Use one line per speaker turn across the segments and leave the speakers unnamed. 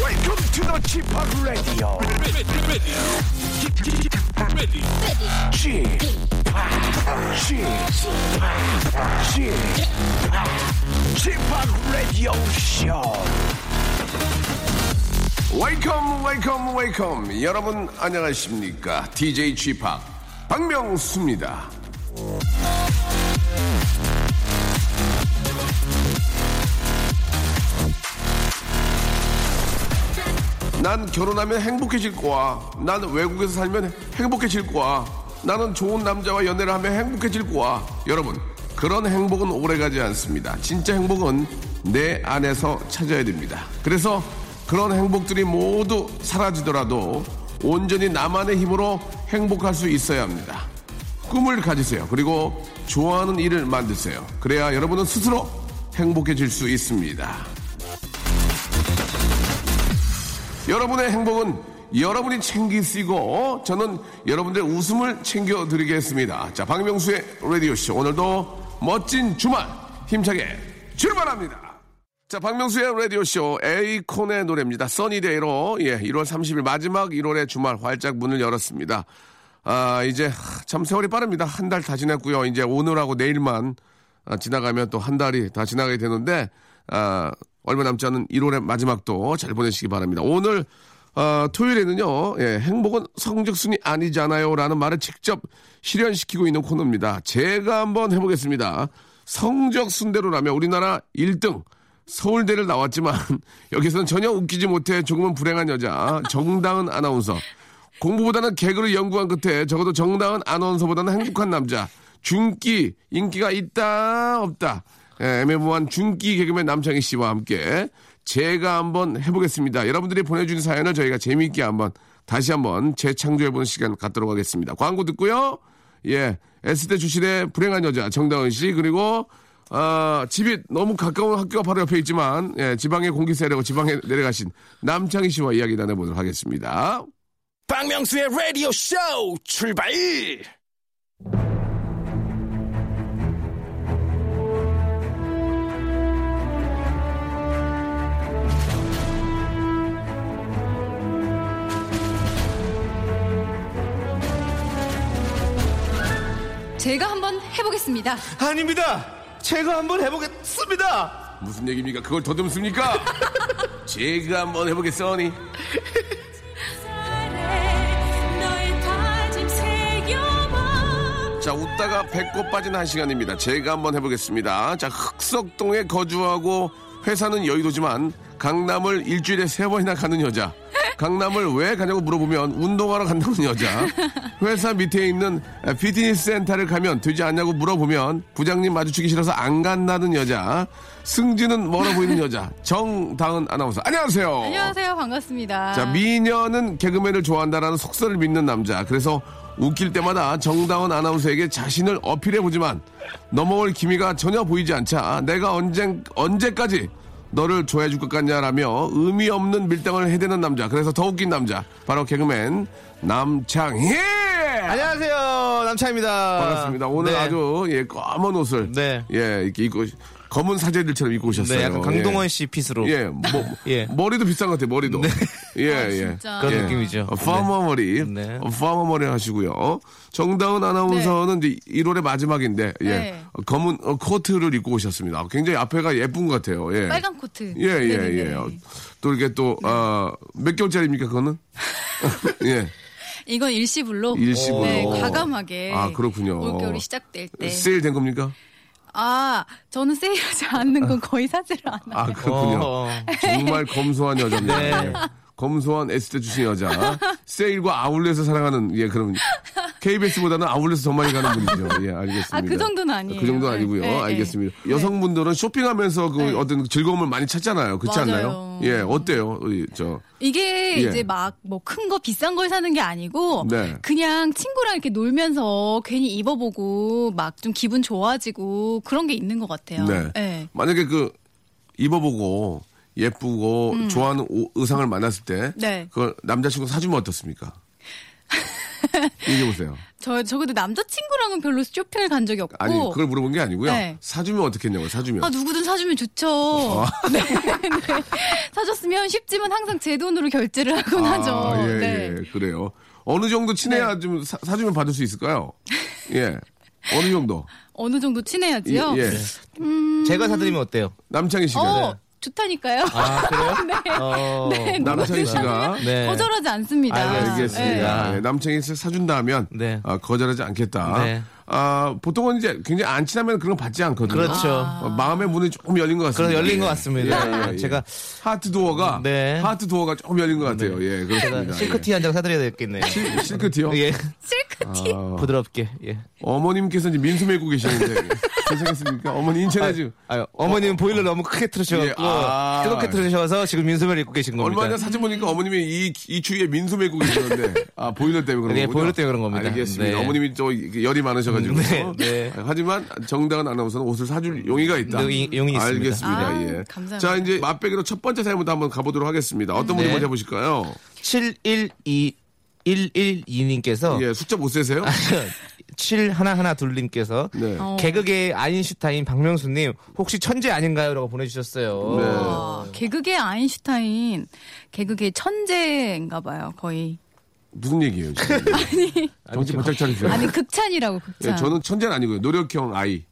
Welcome to the g p o p Radio. g p o p g p o p Radio Show.
웨이컴 웨이컴 웨이컴 여러분 안녕하십니까 DJ g 팍 박명수입니다 난 결혼하면 행복해질 거야 난 외국에서 살면 행복해질 거야 나는 좋은 남자와 연애를 하면 행복해질 거야 여러분 그런 행복은 오래가지 않습니다 진짜 행복은 내 안에서 찾아야 됩니다 그래서 그런 행복들이 모두 사라지더라도 온전히 나만의 힘으로 행복할 수 있어야 합니다. 꿈을 가지세요. 그리고 좋아하는 일을 만드세요. 그래야 여러분은 스스로 행복해질 수 있습니다. 여러분의 행복은 여러분이 챙기시고 저는 여러분들의 웃음을 챙겨드리겠습니다. 자, 박명수의 라디오쇼 오늘도 멋진 주말 힘차게 출발합니다. 자, 박명수의 라디오쇼 에이콘의 노래입니다. 써니데이로 예, 1월 30일 마지막 1월의 주말 활짝 문을 열었습니다. 아, 이제 하, 참 세월이 빠릅니다. 한 달 다 지났고요. 이제 오늘하고 내일만 아, 지나가면 또 한 달이 다 지나게 되는데 아, 얼마 남지 않은 1월의 마지막도 잘 보내시기 바랍니다. 오늘 아, 토요일에는요, 예, 행복은 성적순이 아니잖아요. 라는 말을 직접 실현시키고 있는 코너입니다. 제가 한번 해보겠습니다. 성적순대로라면 우리나라 1등, 서울대를 나왔지만, 여기서는 전혀 웃기지 못해 조금은 불행한 여자, 정다은 아나운서. 공부보다는 개그를 연구한 끝에 적어도 정다은 아나운서보다는 행복한 남자. 중기 인기가 있다 없다. 예, 애매모호한 중기 개그맨 남창희 씨와 함께 제가 한번 해보겠습니다. 여러분들이 보내준 사연을 저희가 재미있게 한번 다시 한번 재창조해보는 시간 갖도록 하겠습니다. 광고 듣고요. 예, S대 주실의 불행한 여자 정다은 씨 그리고 아, 집이 너무 가까운 학교가 바로 옆에 있지만 예, 지방의 공기 쐬려고 지방에 내려가신 남창희 씨와 이야기 나눠보도록 하겠습니다.
박명수의 Radio Show 출발.
제가 한번 해보겠습니다.
아닙니다. 제가 한번 해보겠습니다.
무슨 얘기입니까? 그걸 더듬습니까? 제가 한번 해보겠어니. 자, 웃다가 배꼽 빠진 한 시간입니다. 제가 한번 해보겠습니다. 자, 흑석동에 거주하고 회사는 여의도지만 강남을 일주일에 세 번이나 가는 여자. 강남을 왜 가냐고 물어보면 운동하러 간다는 여자. 회사 밑에 있는 피트니스 센터를 가면 되지 않냐고 물어보면 부장님 마주치기 싫어서 안 간다는 여자. 승진은 멀어 보이는 여자. 정다은 아나운서. 안녕하세요.
안녕하세요, 반갑습니다.
자, 미녀는 개그맨을 좋아한다라는 속설을 믿는 남자. 그래서 웃길 때마다 정다운 아나운서에게 자신을 어필해보지만 넘어올 기미가 전혀 보이지 않자 내가 언젠, 언제까지 너를 좋아해줄 것 같냐라며 의미 없는 밀당을 해대는 남자. 그래서 더 웃긴 남자. 바로 개그맨 남창희!
안녕하세요. 남창입니다.
반갑습니다. 오늘
네.
아주 예 검은 옷을
네.
예 이렇게 입고 검은 사제들처럼 입고 오셨어요.
네, 약간 강동원 씨 핏으로.
예, 예, 뭐,
예. 네.
머리도 비싼 것 같아요. 머리도 예 예.
아, 진짜.
그런 느낌이죠.
어, 파머 머리,
네.
어, 파머 머리 하시고요. 정다은 아나운서는 이제 1월의 마지막인데, 예.
네.
어, 검은 어, 코트를 입고 오셨습니다. 아, 굉장히 앞에가 예쁜 것 같아요. 예.
빨간 코트.
예, 예,
네네네.
예. 어, 또 이렇게 또, 아, 몇 개월짜리입니까, 그거는? 예.
이건 일시불로.
일시불로. 어.
네, 과감하게.
아, 그렇군요.
올겨울이 시작될 때.
세일 된 겁니까?
아, 저는 세일하지 않는 건 거의 사지를 않아요.
아, 그렇군요.
어.
정말 검소한 여자입니다.
네.
검소한 에스테 주신 여자. 세일과 아울렛에서 사랑하는, 예, 그런 KBS보다는 아울렛에 더 많이 가는 분이죠. 예, 알겠습니다.
아, 그 정도는 아니에요.
그 정도는 아니고요.
네, 네,
알겠습니다.
네.
여성분들은 쇼핑하면서 그 어떤 즐거움을 많이 찾잖아요. 그렇지 않나요?
맞아요.
예, 어때요? 우리 저
이게
예.
이제 막 뭐 큰 거 비싼 걸 사는 게 아니고
네.
그냥 친구랑 이렇게 놀면서 괜히 입어보고 막 좀 기분 좋아지고 그런 게 있는 것 같아요.
네.
네.
만약에 그 입어보고 예쁘고 좋아하는 옷, 의상을 만났을 때
음. 네.
그걸 남자친구 사주면 어떻습니까? 얘기해 보세요.
저, 저 근데 남자친구랑은 별로 쇼핑을 간 적이 없고.
아니 그걸 물어본 게 아니고요.
네.
사주면 어떻겠냐고 사주면.
아, 누구든 사주면 좋죠.
아.
네, 네. 사줬으면 쉽지만 항상 제 돈으로 결제를 하곤 하죠.
아, 예,
네.
예, 그래요. 어느 정도 친해야 좀 사, 사주면 받을 수 있을까요? 예. 어느 정도?
어느 정도 친해야지요. 네.
예. 네.
제가 사드리면 어때요?
남창희 씨가.
어, 좋다니까요.
아 그래요?
네.
어,
네,
남창희 씨가.
네.
거절하지 않습니다.
아, 알겠습니다.
아, 네, 남창희 씨 사준다면
네.
아, 거절하지 않겠다.
네.
아, 보통은 이제 굉장히 안 친하면 그런 거 받지 않거든요.
그렇죠.
어, 마음의 문이 조금 열린 것 같습니다.
그런 열린 것
예.
같습니다.
예, 예,
제가
하트 도어가
네.
하트 도어가 조금 열린 것 같아요. 예, 그렇습니다.
제가 실크티 한 장 사드려야 되겠네요.
예. 실크티요? 아.
예.
실크티.
부드럽게. 예.
어머님께서 이제 민수 메고 계시는데 괜찮겠습니까? 어머니 인천에 지금
아유, 어머님 보일러 너무 크게 틀으셔갖고
예, 아.
뜨겁게 틀으셔서 지금 민소매를 입고 계신 겁니다.
얼마 전 사진 보니까 어머님이 이, 이 추위에 민수 메고 계시는데 아 보일러 때문에 그런
네,
거군요.
보일러 때문에 그런 겁니다.
알겠습니다.
네.
어머님이 또 이렇게 열이 많으셔가지고
네, 네.
하지만 정당한 아나운서는 옷을 사줄 용의가 있다.
용의- 용의 있습니다.
알겠습니다.
아,
예.
감사합니다.
자 이제 맛배기로 첫 번째 사연부터 한번 가보도록 하겠습니다. 어떤 분이
네.
먼저 보실까요?
712 112님께서
예 숫자 못 세세요?
아, 7 하나 하나 둘님께서
네.
개그계 아인슈타인 박명수님 혹시 천재 아닌가요라고 보내주셨어요.
네.
와, 개그계 아인슈타인, 개그계 천재인가 봐요, 거의.
무슨 얘기예요? 지금? 정신 바짝 차리세요.
아니, 극찬이라고, 극찬.
네. 예, 저는 천재는 아니고요. 노력형 아이.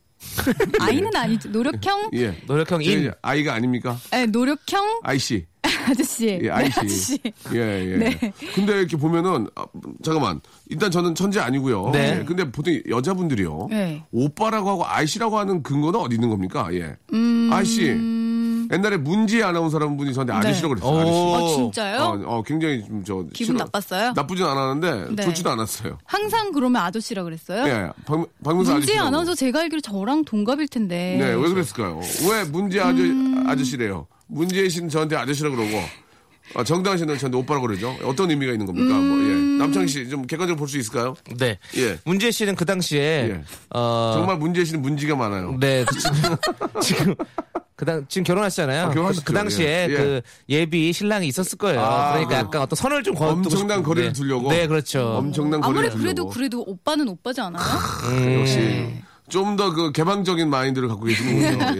아이는 아니죠. 노력형?
예.
노력형
저희
인.
아이가 아닙니까?
네, 노력형
아이 씨.
아저씨.
예,
네,
아이씨.
아저씨.
예, 예.
네.
근데 이렇게 보면은, 아, 잠깐만. 일단 저는 천재 아니고요.
네.
예, 근데 보통 여자분들이요.
네.
오빠라고 하고 아이씨라고 하는 근거는 어디 있는 겁니까? 예.
음.
아이씨. 옛날에 문지 아나운서라는 분이
네.
저한테 아저씨라고 그랬어요. 아저씨.
아, 진짜요?
어, 어, 굉장히 좀 저.
기분 나빴어요?
나쁘진 않았는데,
네.
좋지도 않았어요.
항상 그러면 아저씨라 그랬어요?
예. 박, 박문수 아저씨.
문제 아나운서 제가 알기로 저랑 동갑일 텐데.
네, 왜 그랬을까요? 왜 문제 아저, 아저씨래요? 문재인 씨는 저한테 아저씨라고 그러고, 아, 정당 씨는 저한테 오빠라고 그러죠? 어떤 의미가 있는 겁니까? 뭐,
음.
예. 남창희 씨, 좀 객관적으로 볼 수 있을까요?
네.
예.
문재 씨는 그 당시에
예.
어,
정말 문재인 씨는 문지가 많아요.
네, 그 지금, 지금, 그당 지금 결혼하시잖아요.
아, 결혼하셨죠.
그, 그 당시에
예.
그 예비 신랑이 있었을 거예요.
아,
그러니까
그-
약간 어떤 선을 좀 거두고
엄청난
싶은데.
거리를 두려고.
네, 그렇죠.
엄청난 거리를
아무리
두려고.
그래도 그래도 오빠는 오빠지 않아요? 네.
역시 좀 더 그 개방적인 마인드를 갖고 계시는군요. 예.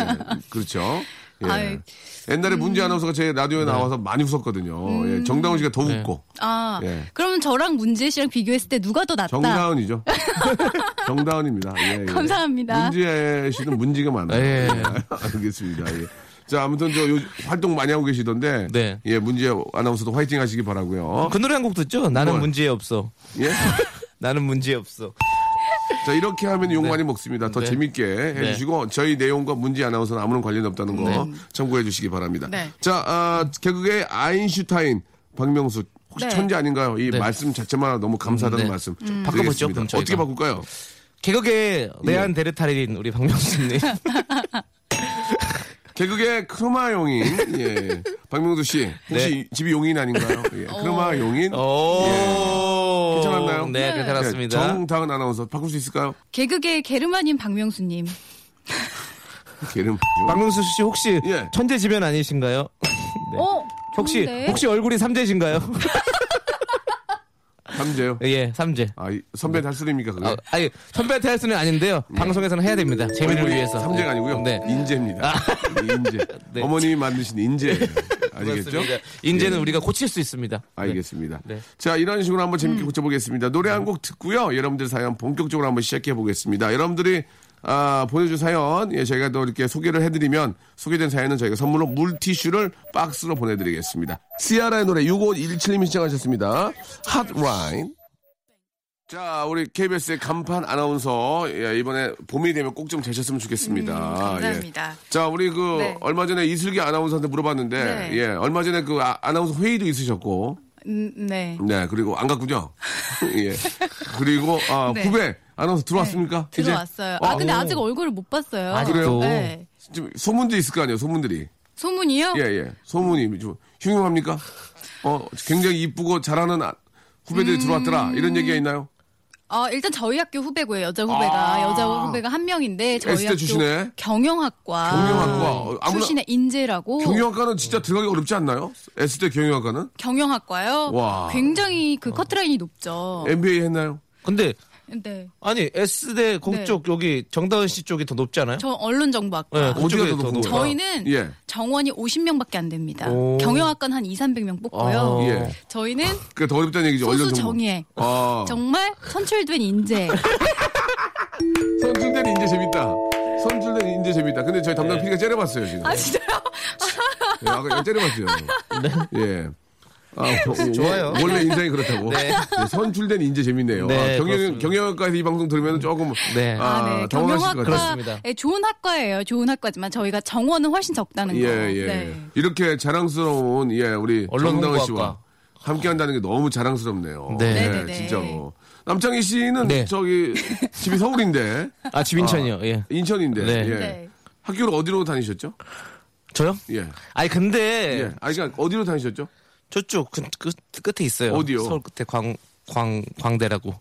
그렇죠. 예.
아이. 음.
옛날에 문제 아나운서가 제 라디오에 나와서 많이 웃었거든요. 예. 정당훈 씨가 더 웃고.
아,
예.
그러면 저랑 문재 씨랑 비교했을 때 누가 더 낫다?
정다은이죠. 정다은입니다. 예, 예.
감사합니다.
문제 씨는 문제가 많아요.
예.
알겠습니다. 예. 자, 아무튼 저 요- 활동 많이 하고 계시던데
네.
예, 문제 아나운서도 화이팅 하시기 바라고요.
그 노래 한 곡 듣죠? 나는
뭘?
문제 없어.
예.
나는 문제 없어.
자, 이렇게 하면 욕 많이 먹습니다. 더
네.
재밌게 해 주시고 저희 내용과 문제 아나운서는 아무런 관련이 없다는 거
네.
참고해 주시기 바랍니다.
네.
자, 아, 개그의 아인슈타인 박명수 혹시
네.
천재 아닌가요? 이 말씀 자체만 너무 감사하다는
네.
말씀.
바꿔보죠,
드리겠습니다.
그럼 저희가.
어떻게 바꿀까요? 예.
개그계 내한 데르타리인 우리 박명수님.
개그의 크로마 용인, 예. 박명수 씨, 혹시
네.
집이 용인 아닌가요? 예. 크로마 용인.
오.
괜찮았나요?
네, 괜찮았습니다.
예, 정다은 아나운서 바꿀 수 있을까요?
개그계 게르마님 박명수님.
이름.
박명수 씨 혹시
예.
천재지변 아니신가요? 네.
어,
혹시
좋은데?
혹시 얼굴이 삼재신가요?
삼재요?
예, 삼재.
아, 이- 선배 달수입니까 그게?
아, 아니 선배한테 할 수는 아닌데요. 방송에서는 해야 됩니다. 재미를 위해서.
삼재가 네. 아니고요.
네.
인재입니다. 예, 인재.
네.
어머님이 만드신 인재. 알겠죠? 예.
그렇습니다. 인재는 우리가 고칠 수 있습니다.
알겠습니다.
네. 음.
자, 이런 식으로 한번 재밌게 고쳐보겠습니다. 노래 한 곡 듣고요. 여러분들 사연 본격적으로 한번 시작해 보겠습니다. 여러분들이 아, 보내준 사연, 예, 저희가 또 이렇게 소개를 해드리면, 소개된 사연은 저희가 선물로 물티슈를 박스로 보내드리겠습니다. 시아라의 노래 6517님이 시청하셨습니다. 핫와인. 자, 우리 KBS의 간판 아나운서, 예, 이번에 봄이 되면 꼭 좀 되셨으면 좋겠습니다.
음, 감사합니다.
아, 예. 자, 우리 그,
네.
얼마 전에 이슬기 아나운서한테 물어봤는데,
네.
예, 얼마 전에 그 아, 나운서 회의도 있으셨고,
음, 네.
네, 그리고 안 갔군요. 예. 그리고, 아,
네.
구배 아나운서 들어왔습니까? 이제?
들어왔어요.
어,
아, 근데 아직 얼굴을 못 봤어요.
그래요?
아직도?
네.
지금 소문도 있을 거 아니에요, 소문들이.
소문이요?
예, 예. 소문이 좀 흉흉합니까? 어, 굉장히 이쁘고 잘하는 아- 후배들이 들어왔더라.
음.
이런 얘기가 있나요?
아, 일단 저희 학교 후배고요. 여자 후배가
아.
여자 후배가 한 명인데 저희
S대
학교
출신의?
경영학과
경영학과. 어, 아무나-
출신의 인재라고
경영학과는 진짜 들어가기 어렵지 않나요? S대 경영학과는?
학과요
와.
굉장히 그 커트라인이 높죠.
MBA 했나요?
근데
네.
아니 S대 거기
네.
쪽 여기 정다은 씨 쪽이 더 높지 않아요?
저 언론정보학과.
네,
어디가
그쪽에
더
더
높은
높아.
거예요?
저희는
예.
정원이 50명밖에 안 됩니다.
오.
경영학과는 한 2, 300명 뽑고요.
아.
예.
저희는
그게 더 어렵다는 얘기죠.
어. 소수
언론 정보.
정예.
아.
정말 선출된 인재.
선출된 인재 재밌다. 선출된 인재 재밌다. 근데 저희
예.
담당 PD가 째려봤어요, 지금.
아 진짜요?
예, 아까 째려봤어요. 예. 아, 어,
네. 좋아요.
원래 인상이 그렇다고.
네.
예, 선출된 인재 재밌네요.
네,
아, 경영,
그렇습니다.
경영학과에서 이 방송 들으면 조금.
네.
아,
아, 네.
당황하실 것 같아요.
그렇습니다.
경영학과에 예, 좋은 학과예요. 좋은 학과지만 저희가 정원은 훨씬 적다는 거.
예, 예.
네.
이렇게 자랑스러운, 예, 우리
언론
정다은
홍보학과.
씨와 함께 한다는 게 너무 자랑스럽네요.
네.
예,
네네네.
진짜로. 남창희 씨는
네.
저기 집이 서울인데
아, 집 인천이요. 예.
인천인데
네.
예.
네.
학교를 어디로 다니셨죠?
저요?
예.
아니 근데
예. 아, 그러니까 어디로 다니셨죠?
저쪽 그, 끝- 끝에 있어요.
어디요?
서울 끝에 광, 광, 광대라고.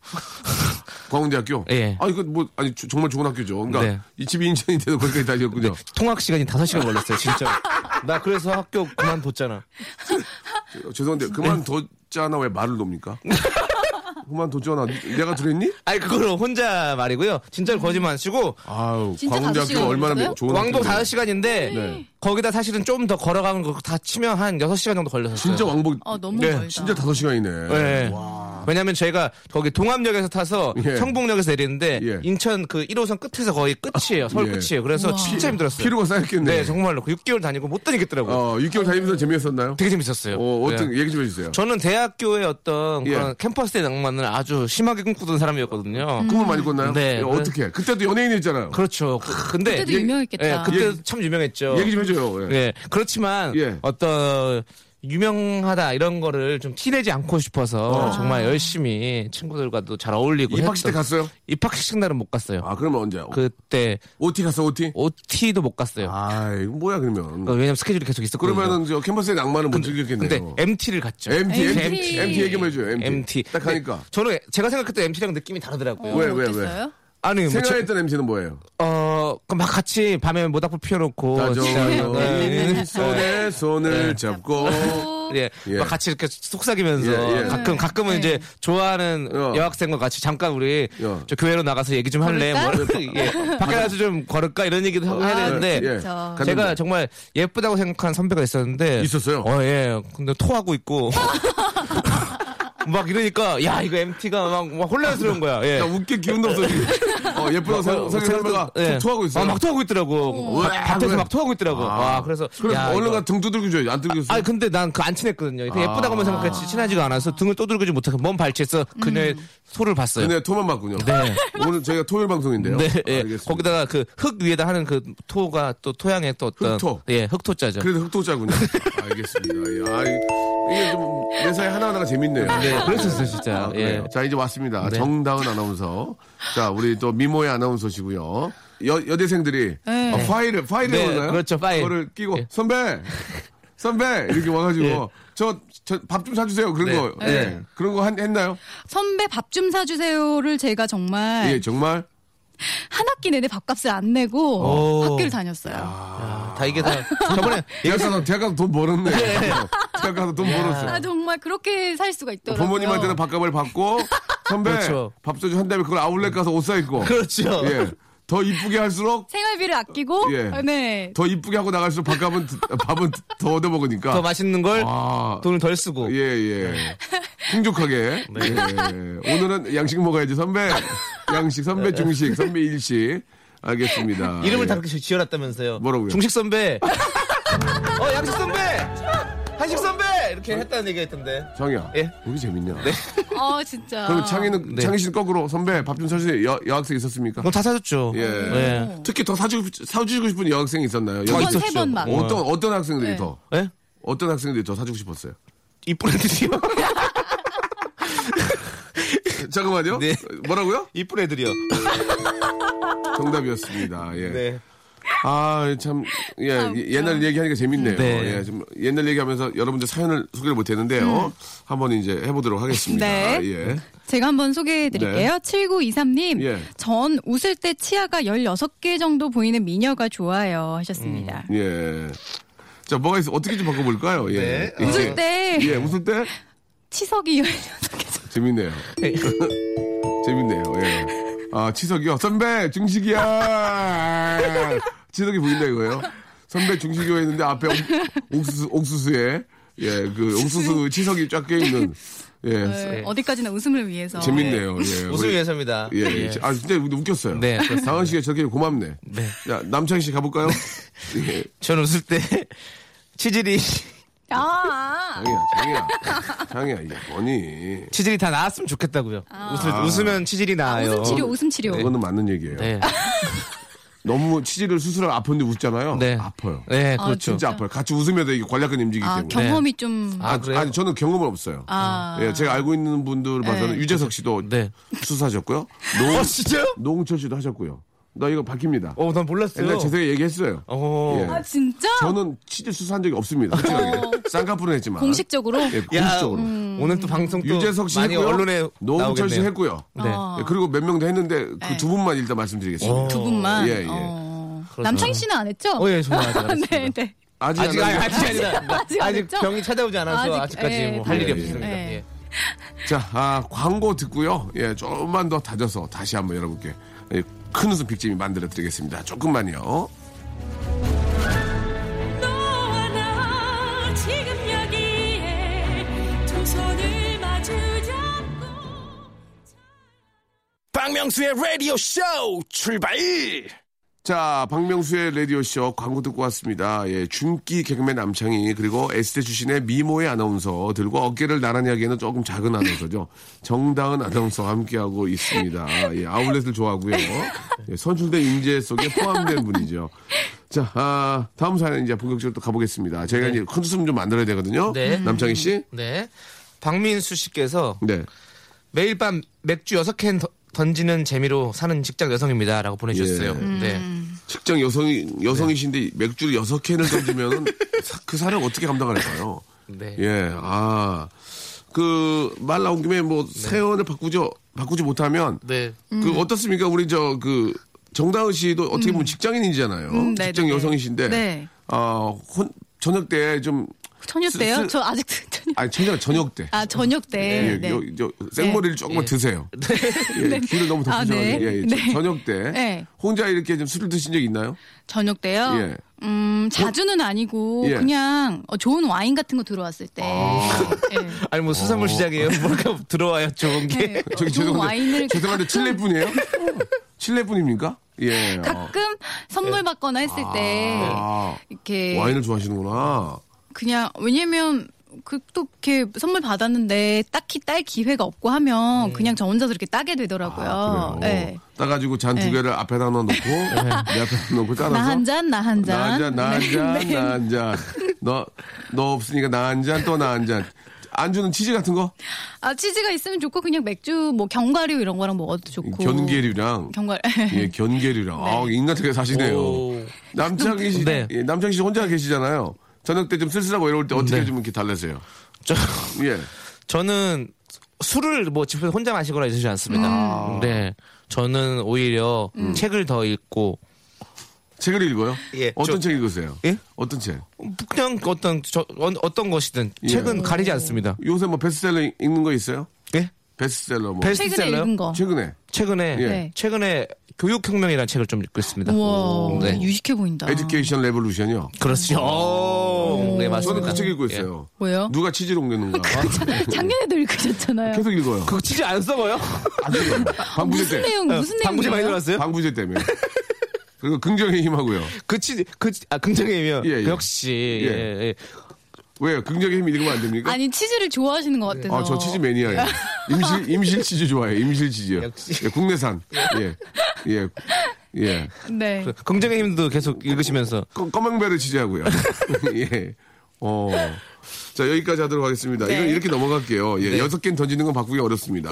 광운대학교?
예.
아, 이거 뭐, 아니, 조- 정말 좋은 학교죠. 그러니까,
네.
이 집이 인천인데도 거기까지 다녔군요.
통학 시간이 5시간 걸렸어요, 진짜. 나 그래서 학교 그만뒀잖아. 네.
어, 죄송한데, 그만뒀잖아. 왜 말을 놓습니까? 그만뒀잖아. 내가 들었니?
아니 그걸 혼자 말이고요. 진짜로 거짓말 안 치고
아우,
진짜 다섯
광운대학교가
시간
얼마나
걸렸어요?
음. 좋은
왕복
학교인데.
5시간인데
네.
거기다 사실은 좀 더 걸어가는 거 다 치면 한 6시간 정도 걸렸어요.
진짜 왕복.
어, 너무
네,
멀다.
진짜 다섯 시간이네.
네. 왜냐면 저희가 거기 동암역에서 타서
예.
성북역에서 내리는데
예.
인천 그 1호선 끝에서 거의 끝이에요. 서울
예.
끝이에요. 그래서
우와.
진짜 힘들었어요.
피로가 쌓였겠네.
네, 정말로 그 6개월 다니고 못 다니겠더라고요.
어, 6개월 다니면서 재미있었나요?
되게 재밌었어요.
어, 어떤,
네.
얘기 좀 해주세요.
저는 대학교의 어떤 그런
예.
캠퍼스의 낭만을 아주 심하게 꿈꾸던 사람이었거든요.
음.
꿈을 많이 꿨나요?
네.
예, 어떻게? 그때도 연예인이었잖아요.
그렇죠. 그- 근데
그때도
예,
유명했겠다.
예, 그때 도참 유명했죠.
얘기 좀 해줘요. 예.
예. 그렇지만
예.
어떤 유명하다 이런 거를 좀 티내지 않고 싶어서 정말 열심히 친구들과도 잘 어울리고
입학식 때
했던-
갔어요?
입학식 날은 못 갔어요.
아, 그러면 언제야?
그때
OT 갔어, OT?
OT도 못 갔어요.
아, 이거 뭐야, 그러면.
어, 왜냐면 스케줄이 계속 있었거든요.
그러면은 저 캠퍼스의 낭만을 못
근데
즐겼겠네요.
MT를 갔죠.
MT,
MT.
MT, MT 얘기 만 해줘요. MT. 딱
근데
하니까.
저는 제가 생각했던 MT랑 느낌이 다르더라고요.
어,
왜, 왜,
어땠어요?
아니, 뭐, 저,
생각했던 MT는 뭐예요?
어, 그막 같이 밤에 모닥불 피워놓고. 진짜, 뭐 네.
다정한 손에 손을 잡고.
예,
예.
막 같이 이렇게 속삭이면서
예, 예.
가끔 가끔은
네.
이제 좋아하는
어.
여학생과 같이 잠깐 우리
어.
저 교회로 나가서 얘기 좀 할래, 뭐
걸을까?
예, 밖에 나가서 좀 걸을까 이런 얘기도 하고 해야 되는데
예.
저-
갔는데
아, 제가 정말 예쁘다고 생각한 선배가 있었는데
있었어요?
어, 예. 근데 토하고 있고 막 이러니까 야 이거 MT가 막, 막 혼란스러운 거야. 예.
나 웃게 기운도 없어 지금. 어, 예쁘다고
어,
생각- 생각하다가
예.
토하고 있어요.
아, 막 토하고 있더라고.
왜?
바- 밖에서 막 토하고 있더라고. 아, 그래서
그래,
야,
얼른
이거-
가등 두들겨 줘야지. 안 두들겨
아니 근데 난 그 안 친했거든요. 그
아.
예쁘다고만 생각했지 친하지가 않아서 등을 떠들고지 못하고 먼 발치에서
음.
그녀의 소를 봤어요.
그냥 토만 맞군요.
네.
오늘 저희가 토요일 방송인데요.
네, 예.
아, 알겠습니다.
거기다가 그 흙 위에다 하는 그 토가 또 토양의 또 어떤
흙토.
예, 흙토자죠.
그래도 흑도자군요. 알겠습니다. 예, 아, 이- 이게 좀 매사에 하나하나가 재밌네요.
네, 그랬었어요, 진짜.
아,
예.
그래요. 자 이제 왔습니다.
네.
정다은 아나운서. 자 우리 또 미모의 아나운서시고요. 여 여대생들이
네.
아, 파일을 파일을
네,
오나요?
그렇죠, 파일.
그거를 끼고
예.
선배 선배 이렇게 와가지고 저 밥 좀 사주세요. 그런
네.
거
네.
예. 그런 거 한- 했나요?
선배 밥 좀 사주세요를 제가 정말
예 정말
한 학기 내내 밥값을 안 내고
오.
학교를 다녔어요.
아, 다 이게 다 저번에
대학 가서 대학 가서 돈 벌었네. 대학 가서 돈 벌었어.
아 정말 그렇게 살 수가 있더라고요.
부모님한테는 밥값을 받고 선배
그렇죠.
밥 사주 한 다음에 그걸 아울렛 가서 옷 사 입고
그렇죠.
예. 더 이쁘게 할수록
생활비를 아끼고
예.
네.
더 이쁘게 하고 나갈수록 밥값은 밥은 더 얻어 먹으니까
더 맛있는 걸
아.
돈을 덜 쓰고 네.
예, 예. 풍족하게. 예. 오늘은 양식 먹어야지. 선배, 양식, 선배 중식, 선배 일식. 알겠습니다.
네. 이름을
예.
다 그렇게 지어놨다면서요.
뭐라고요?
중식 선배. 어, 양식 선배. 한식 선배 이렇게 했다는 얘기가 있던데.
정이야.
예.
여기 재밌냐?
어 진짜.
그럼 창희는,
네.
창희 씨는 거꾸로 선배 밥 좀 사주세요. 여, 여학생 있었습니까?
그럼 뭐 다 사줬죠.
예.
예.
특히 더 사주고, 싶- 사주고 싶은 여학생이 있었나요?
어. 두
여학-
번, 세
있었죠.
번만.
어떤, 어떤 학생들이
네.
더?
예?
어떤 학생들이 더 사주고 싶었어요?
이쁜 애들이요.
잠깐만요.
네.
뭐라고요?
이쁜 애들이요.
정답이었습니다. 예.
네.
아, 참, 예, 옛날 얘기하니까 재밌네요.
네.
예, 좀 옛날 얘기하면서 여러분들 사연을 소개를 못 했는데요. 한번 이제 해보도록 하겠습니다.
네.
예.
제가 한번 소개해 드릴게요. 7923님.
네. 예.
전 웃을 때 치아가 16개 정도 보이는 미녀가 좋아요. 하셨습니다.
예. 자, 뭐가 있어? 어떻게 좀 바꿔볼까요? 예.
네.
이게-
웃을 때
예, 웃을 때?
치석이 16개 정도.
재밌네요. 재밌네요, 예. 아, 치석이요? 선배, 중식이야! 치석이 보인다 이거예요? 선배, 중식이요 했는데 앞에 옥, 옥수수, 옥수수에, 예, 그 옥수수 치석이 쫙 껴있는, 예.
네. 어디까지나 웃음을 위해서.
재밌네요, 예.
웃음
우리-
위해서입니다.
예, 예. 아, 진짜 우리 웃겼어요.
네, 그렇습니다.
당은 씨가 저렇게 고맙네.
네.
야, 남창희 씨 가볼까요? 예.
저는 웃을 때 치질이
아,
장이야, 장이야. 장이야, 이게 뭐니?
치질이 다 나았으면 좋겠다고요.
아.
웃을, 웃으면 치질이 나아요.
아. 웃음 치료, 웃음 치료.
그거는 맞는 얘기예요.
네.
너무 치질을 수술하고 아픈데 웃잖아요.
네.
아파요.
네,
아,
그렇죠.
진짜 아파요. 같이 웃으면 돼. 이게 관략근 임직이기
아,
때문에.
경험이
네.
좀.
아, 그래요?
니 저는 경험은 없어요.
아.
예, 제가 알고 있는 분들 봐서는
네.
유재석 씨도
네.
수사하셨고요. 노,
어, 진짜요?
노홍철 씨도 하셨고요. 나 이거 밝힙니다.
어, 난 몰랐어요.
옛날 재석이 얘기했어요.
어.
예.
아, 진짜? 어.
저는 치질 수사한 적이 없습니다. 솔직하게. 쌍꺼풀은 했지만.
공식적으로?
예,
야,
공식적으로.
음.
오늘 또 방송 또
유재석 씨
많이
했고요.
언론에
노홍철 씨
나오겠네요.
했고요.
네.
어. 네.
예, 그리고 몇 명 더 했는데 그 두 분만 일단 말씀드리겠습니다.
두 분만.
예, 예.
어. 남창희 씨는 안 했죠?
어, 예, 저는 아직 안
네,
했습니다.
네.
아직,
아직
안
아니,
하고-
아직 아니다.
아직
아직,
안 했죠?
병이 찾아오지 않아서
아직,
아직, 까지
예,
뭐 할 일이
예,
없습니다.
예.
예.
자, 아, 광고 듣고요. 예, 조금만 더 다져서 다시 한번 여러분께 예, 큰 웃음 빅잼이 만들어 드리겠습니다. 조금만요.
너와 나 지금 여기에 두 손을 마주잡고
박명수의 라디오 쇼 출발!
자, 박명수의 라디오쇼 광고 듣고 왔습니다. 예, 줌기 개그맨 남창희, 그리고 S대 출신의 미모의 아나운서들과 어깨를 나란히 하기에는 조금 작은 아나운서죠. 정다은 아나운서와 함께하고 있습니다. 예, 아울렛을 좋아하고요. 예, 선출대 인재 속에 포함된 분이죠. 자, 아, 다음 사연 이제 본격적으로 또 가보겠습니다. 저희가 이제 큰 웃음 좀 만들어야 되거든요. 음.
네.
남창희 씨.
네. 박민수 씨께서
네.
매일 밤 맥주 6캔 더- 던지는 재미로 사는 직장 여성입니다. 라고 보내주셨어요.
예.
네.
음.
직장 여성이, 여성이신데 맥주를 여섯 캔을 던지면은 사- 그 사람 어떻게 감당할까요?
네.
예, 아. 그, 말 나온 김에 뭐, 세원을 바꾸지, 바꾸지 못하면.
네.
음.
그, 어떻습니까? 우리 저, 그, 정다은 씨도 어떻게 보면 직장인이잖아요.
음, 네,
직장
네, 네.
여성이신데.
네.
아, 혼, 저녁 때 좀,
저녁 때요?
쓰-
저 아직도 저녁.
아니, 저녁, 저녁 때.
아, 저녁 때.
예,
네.
요, 저 생머리를 조금만 드세요.
네.
예, 귀를 너무
아,
덮으셔가지고.
네.
예, 예,
네.
저녁 때.
네.
혼자 이렇게 좀 술을 드신 적 있나요?
저녁 때요?
예.
음, 자주는 아니고,
예. 아.
그냥 어, 좋은 와인 같은 거 들어왔을 때. 예.
아니, 뭐 수산물 시장이에요. 뭐가 들어와요, 좋은
네.
게.
저기
좋은
죄송한데.
와인을
죄송한데, 칠레 분이에요? 칠레 분입니까? 예. 어.
가끔 선물 받거나 했을 때
아.
이렇게
와인을 좋아하시는구나.
그냥 왜냐면 그 또 이렇게 선물 받았는데 딱히 딸 기회가 없고 하면 그냥 저 혼자서 이렇게 따게 되더라고요.
예. 아, 그래요.
네.
따가지고 잔 두
네.
개를 앞에다 놓고 내 앞에 놓고 따라서
예. 나 한 잔, 나 한 잔.
나 한 잔, 나 한 잔,
네.
나 한 잔. 너, 너 없으니까 나 한 잔, 또 나 한 잔. 안주는 치즈 같은 거?
아 치즈가 있으면 좋고 그냥 맥주 뭐 견과류 이런 거랑 먹어도 좋고. 네.
견계류랑.
견과류.
예, 견계류랑. 아, 인간 되게 사시네요.
오.
남창희 씨,
네.
예, 남창희 씨 혼자 계시잖아요. 저녁 때 좀 쓸쓸하고 이럴 때 어떻게
네.
좀 이렇게 달래세요?
저,
예.
저는 술을 뭐 집에서 혼자 마시거나 이러지 않습니다.
음.
네. 저는 오히려 책을 더 읽고
책을 읽어요?
예,
어떤
좀-
책 읽으세요?
예?
어떤 책?
그냥 어떤 저, 어- 어떤 것이든
예.
책은 가리지 않습니다.
요새 뭐 베스트셀러 읽- 읽는 거 있어요?
예?
베스트셀러 뭐.
최근에 읽은 거.
최근에.
최근에
예.
네.
최근에 교육혁명이라는 책을 좀 읽고 있습니다.
우와
네.
유식해 보인다.
에듀케이션 레볼루션이요.
그렇죠. 오. 네
저는
맞습니다.
그 책 읽고 있어요.
뭐요?
누가 치즈를 옮겼는가.
작년에도 읽으셨잖아요.
계속 읽어요.
그거 진짜 안 썩어요?
방부제
무슨
때.
내용 무슨 내용?
어, 방부제 많이 들어왔어요?
방부제 때문에. 그리고 긍정의 힘하고요.
그 치, 그, 치- 아, 긍정이면.
예, 예.
역시.
예.
예, 예.
왜요? 긍정의 힘 읽으면 안 됩니까?
아니 치즈를 좋아하시는 것 같아서.
아, 저 치즈 매니아예요. 임실, 임실 치즈 좋아해요. 임실 치즈요.
역시.
예, 국내산. 예. 예. 예.
네.
그 긍정의 힘도 계속 읽으시면서.
꺼- 꺼망배를 지지하고요. 예. 어. 자, 여기까지 하도록 하겠습니다. 이건 이렇게 넘어갈게요. 예, 여섯 개는 던지는 건 바꾸기 어렵습니다.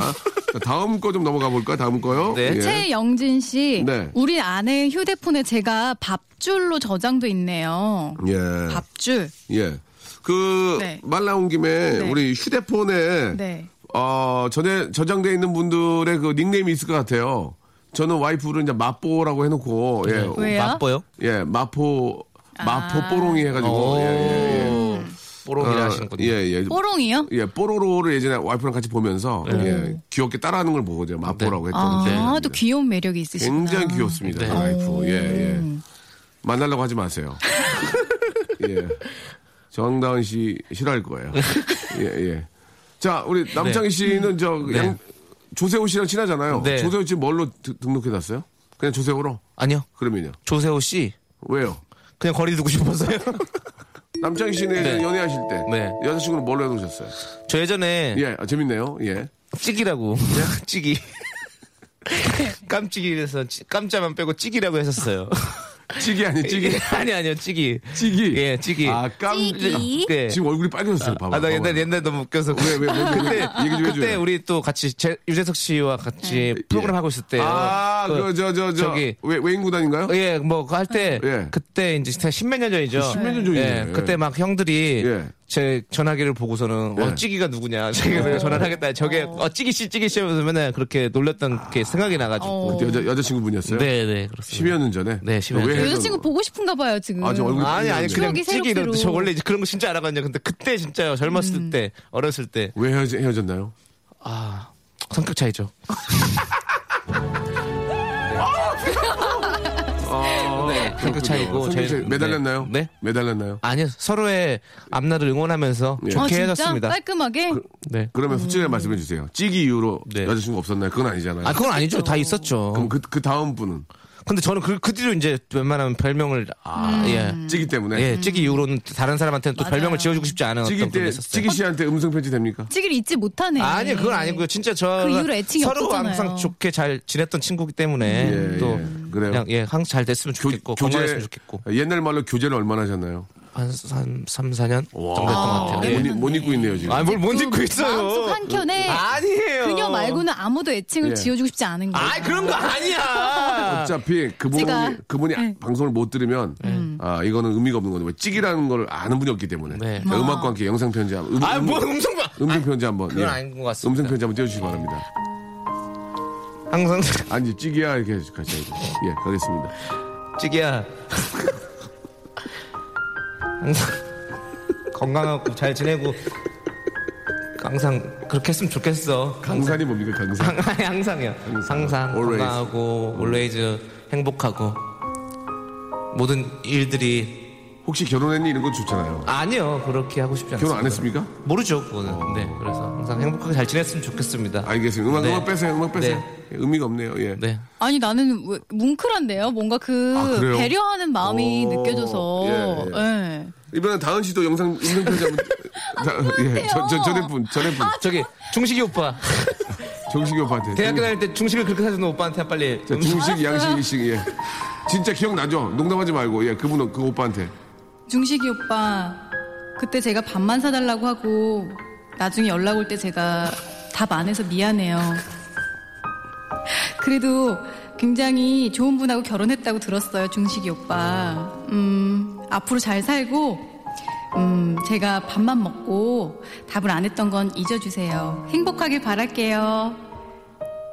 자, 다음 거 좀 넘어가 볼까? 다음 거요. 예.
네.
최영진 씨,
네.
우리 아내 휴대폰에 제가 밥줄로 저장돼 있네요.
예.
밥줄.
예. 그,
네.
말 나온 김에
네.
우리 휴대폰에,
네.
어, 전에 저장돼 있는 분들의 그 닉네임이 있을 것 같아요. 저는 와이프를 이제 마뽀라고 해놓고, 예.
네. 왜요? 아.
맛보요?
예, 마포, 마포 뽀롱이 해가지고, 예, 예, 예.
뽀록이라
아,
하시는군요.
예, 예.
뽀롱이요?
예, 뽀로로를 예전에 와이프랑 같이 보면서,
네.
예, 귀엽게 따라하는 걸 보고 제가 마포라고 했던 기억이
아,
납니다.
또 귀여운 매력이 있으시구나.
네. 굉장히 귀엽습니다.
네. 음.
와이프. 예, 예. 만나려고 하지 마세요. 예. 정다은 씨 싫어할 거예요. 예, 예. 자,
네.
우리 남창희 씨는 저 양, 조세호 씨랑 친하잖아요.
네.
조세호 씨 뭘로 드- 등록해놨어요? 그냥 조세호로?
아니요.
그러면요.
조세호 씨
왜요?
그냥 거리 두고 싶어서요.
남창희 씨는
네.
연애하실 때
네.
여자친구는 뭘로 해놓으셨어요?
저 예전에
예, 아, 재밌네요. 예.
찌기라고 찌기 깜찌기에서 찌- 깜짜만 빼고 찌기라고 했었어요. 예,
찌개 아니 찌개.
아니 아니요 찌기.
찌기.
예 찌기.
아, 깜.
찌기.
네.
지금 얼굴이 빨개졌어요. 봐봐.
아, 나 옛날,
봐봐요.
옛날 너무 웃겨서.
왜, 왜, 왜, 왜,
그때,
얘기 좀 해줘요.
그때 우리 또 같이, 제, 유재석 씨와 같이
네.
프로그램 하고 있을 때.
아, 그, 저, 저, 저.
저기.
외, 외인구단인가요?
예, 뭐, 할 때,
예.
그때 이제 진짜 십몇 년 전이죠.
십몇 년 전이네.
예, 그때 막 형들이
예.
제 전화기를 보고서는
예.
어찌기가 누구냐. 제가 그냥 전화를 하겠다. 저게 어찌기 씨, 찌기 씨 하면서 맨날 그렇게
아.
놀렸던 게 생각이 나가지고.
그 여자, 여자친구분이었어요?
네, 네,
10여
그렇습니다.
어. 년 전에?
네, 10여 년
왜
전에.
여자친구
헤어졌-
보고 싶은가 봐요, 지금.
아, 저 얼굴-
아니, 아니, 그냥
추억이
찌기를.
새록새록.
저 원래 이제 그런 거 진짜 알아봤냐. 근데 그때 진짜 젊었을
음.
때, 어렸을 때.
왜 헤어지, 헤어졌나요?
아, 성격 차이죠.
아,
네, 성격 차이고
성격 차이.
저희는-
매달렸나요?
네. 네?
매달렸나요?
아니요 서로의 앞날을 응원하면서
예.
아,
좋게
진짜?
해줬습니다.
깔끔하게?
네.
그러면 솔직히 말씀해 주세요. 찌기 이후로
네.
여자친구 없었나요? 그건 아니잖아요.
아 그건 아니죠 다 있었죠.
그럼 그, 그 다음 분은
근데 저는 그, 그 뒤로 이제 웬만하면 별명을 아, 예.
찌기 때문에?
예, 찌기 이후로는 다른 사람한테는
음.
또
맞아요.
별명을 지어주고 싶지 않은
찌기
어떤
때,
분이 있었어요.
찌기 씨한테 음성 편지 됩니까?
찌기를 잊지 못하네.
아니 그건 아니고요. 진짜 저
그 이후로 애칭이
서로
없었잖아요.
항상 좋게 잘 지냈던 친구기 때문에
예,
또
예. 그래요.
그냥 예 항상 잘 됐으면
교-
좋겠고 건강했으면 좋겠고
옛날 말로 교제를 얼마나 하셨나요?
한 3, 4년 정도 했던 것
아,
같아요. 예.
못, 이- 못 잊고 있네요, 지금.
아니 뭘못 입고
마음속
있어요.
한켠에
아니에요.
그녀 말고는 아무도 애칭을
예.
지어주고 싶지 않은 거예요.
아 그런 거 아니야.
어차피 그분이
찌가.
그분이 방송을 못 들으면 아 이거는 의미가 없는 건데 왜 찌기라는 걸 아는 분이 없기 때문에
네.
자, 음악과 함께 영상 편지 한번 음,
아뭐
음,
음성 봐.
음성 편지 한번 예.
그건 아닌 것 같습니다.
음성 편지 한번 띄워주시기 바랍니다.
항상
아니 찌기야 이렇게 같이 해야죠. 예 가겠습니다.
찌개야. 항상 건강하고 잘 지내고 항상 그렇게 했으면 좋겠어.
강산이 뭡니까 강산?
항상 항상이야. 항상
Always.
건강하고 always 행복하고 모든 일들이
혹시 결혼했니 이런 거 좋잖아요.
아니요 그렇게 하고 싶지 않습니다.
결혼 안 했습니까? 어.
모르죠 그거는. 네 그래서 항상 행복하게 잘 지냈으면 좋겠습니다.
알겠습니다. 음악
네.
음악 빼세요. 음악 빼세요.
네.
예, 의미가 없네요. 예.
네.
아니 나는 왜- 뭉클한데요. 뭔가 그
아, 그래요?
배려하는 마음이
오,
느껴져서.
예,
예.
이번엔 다은 씨도 영상 음성 편지 한번. 다- 예, 저, 저, 전에 분, 전에 분.
저기 중식이 오빠
정식이 오빠한테.
대학교 다닐 때 중식을 그렇게 사주는 오빠한테 빨리
자, 중식, 양식, 일식, 예. 진짜 기억나죠? 농담하지 말고, 예, 그분, 그 오빠한테.
중식이 오빠 그때 제가 밥만 사달라고 하고 나중에 연락 올 때 제가 답 안 해서 미안해요. 그래도 굉장히 좋은 분하고 결혼했다고 들었어요, 중식이 오빠. 음, 앞으로 잘 살고, 음, 제가 밥만 먹고 답을 안 했던 건 잊어주세요. 행복하길 바랄게요.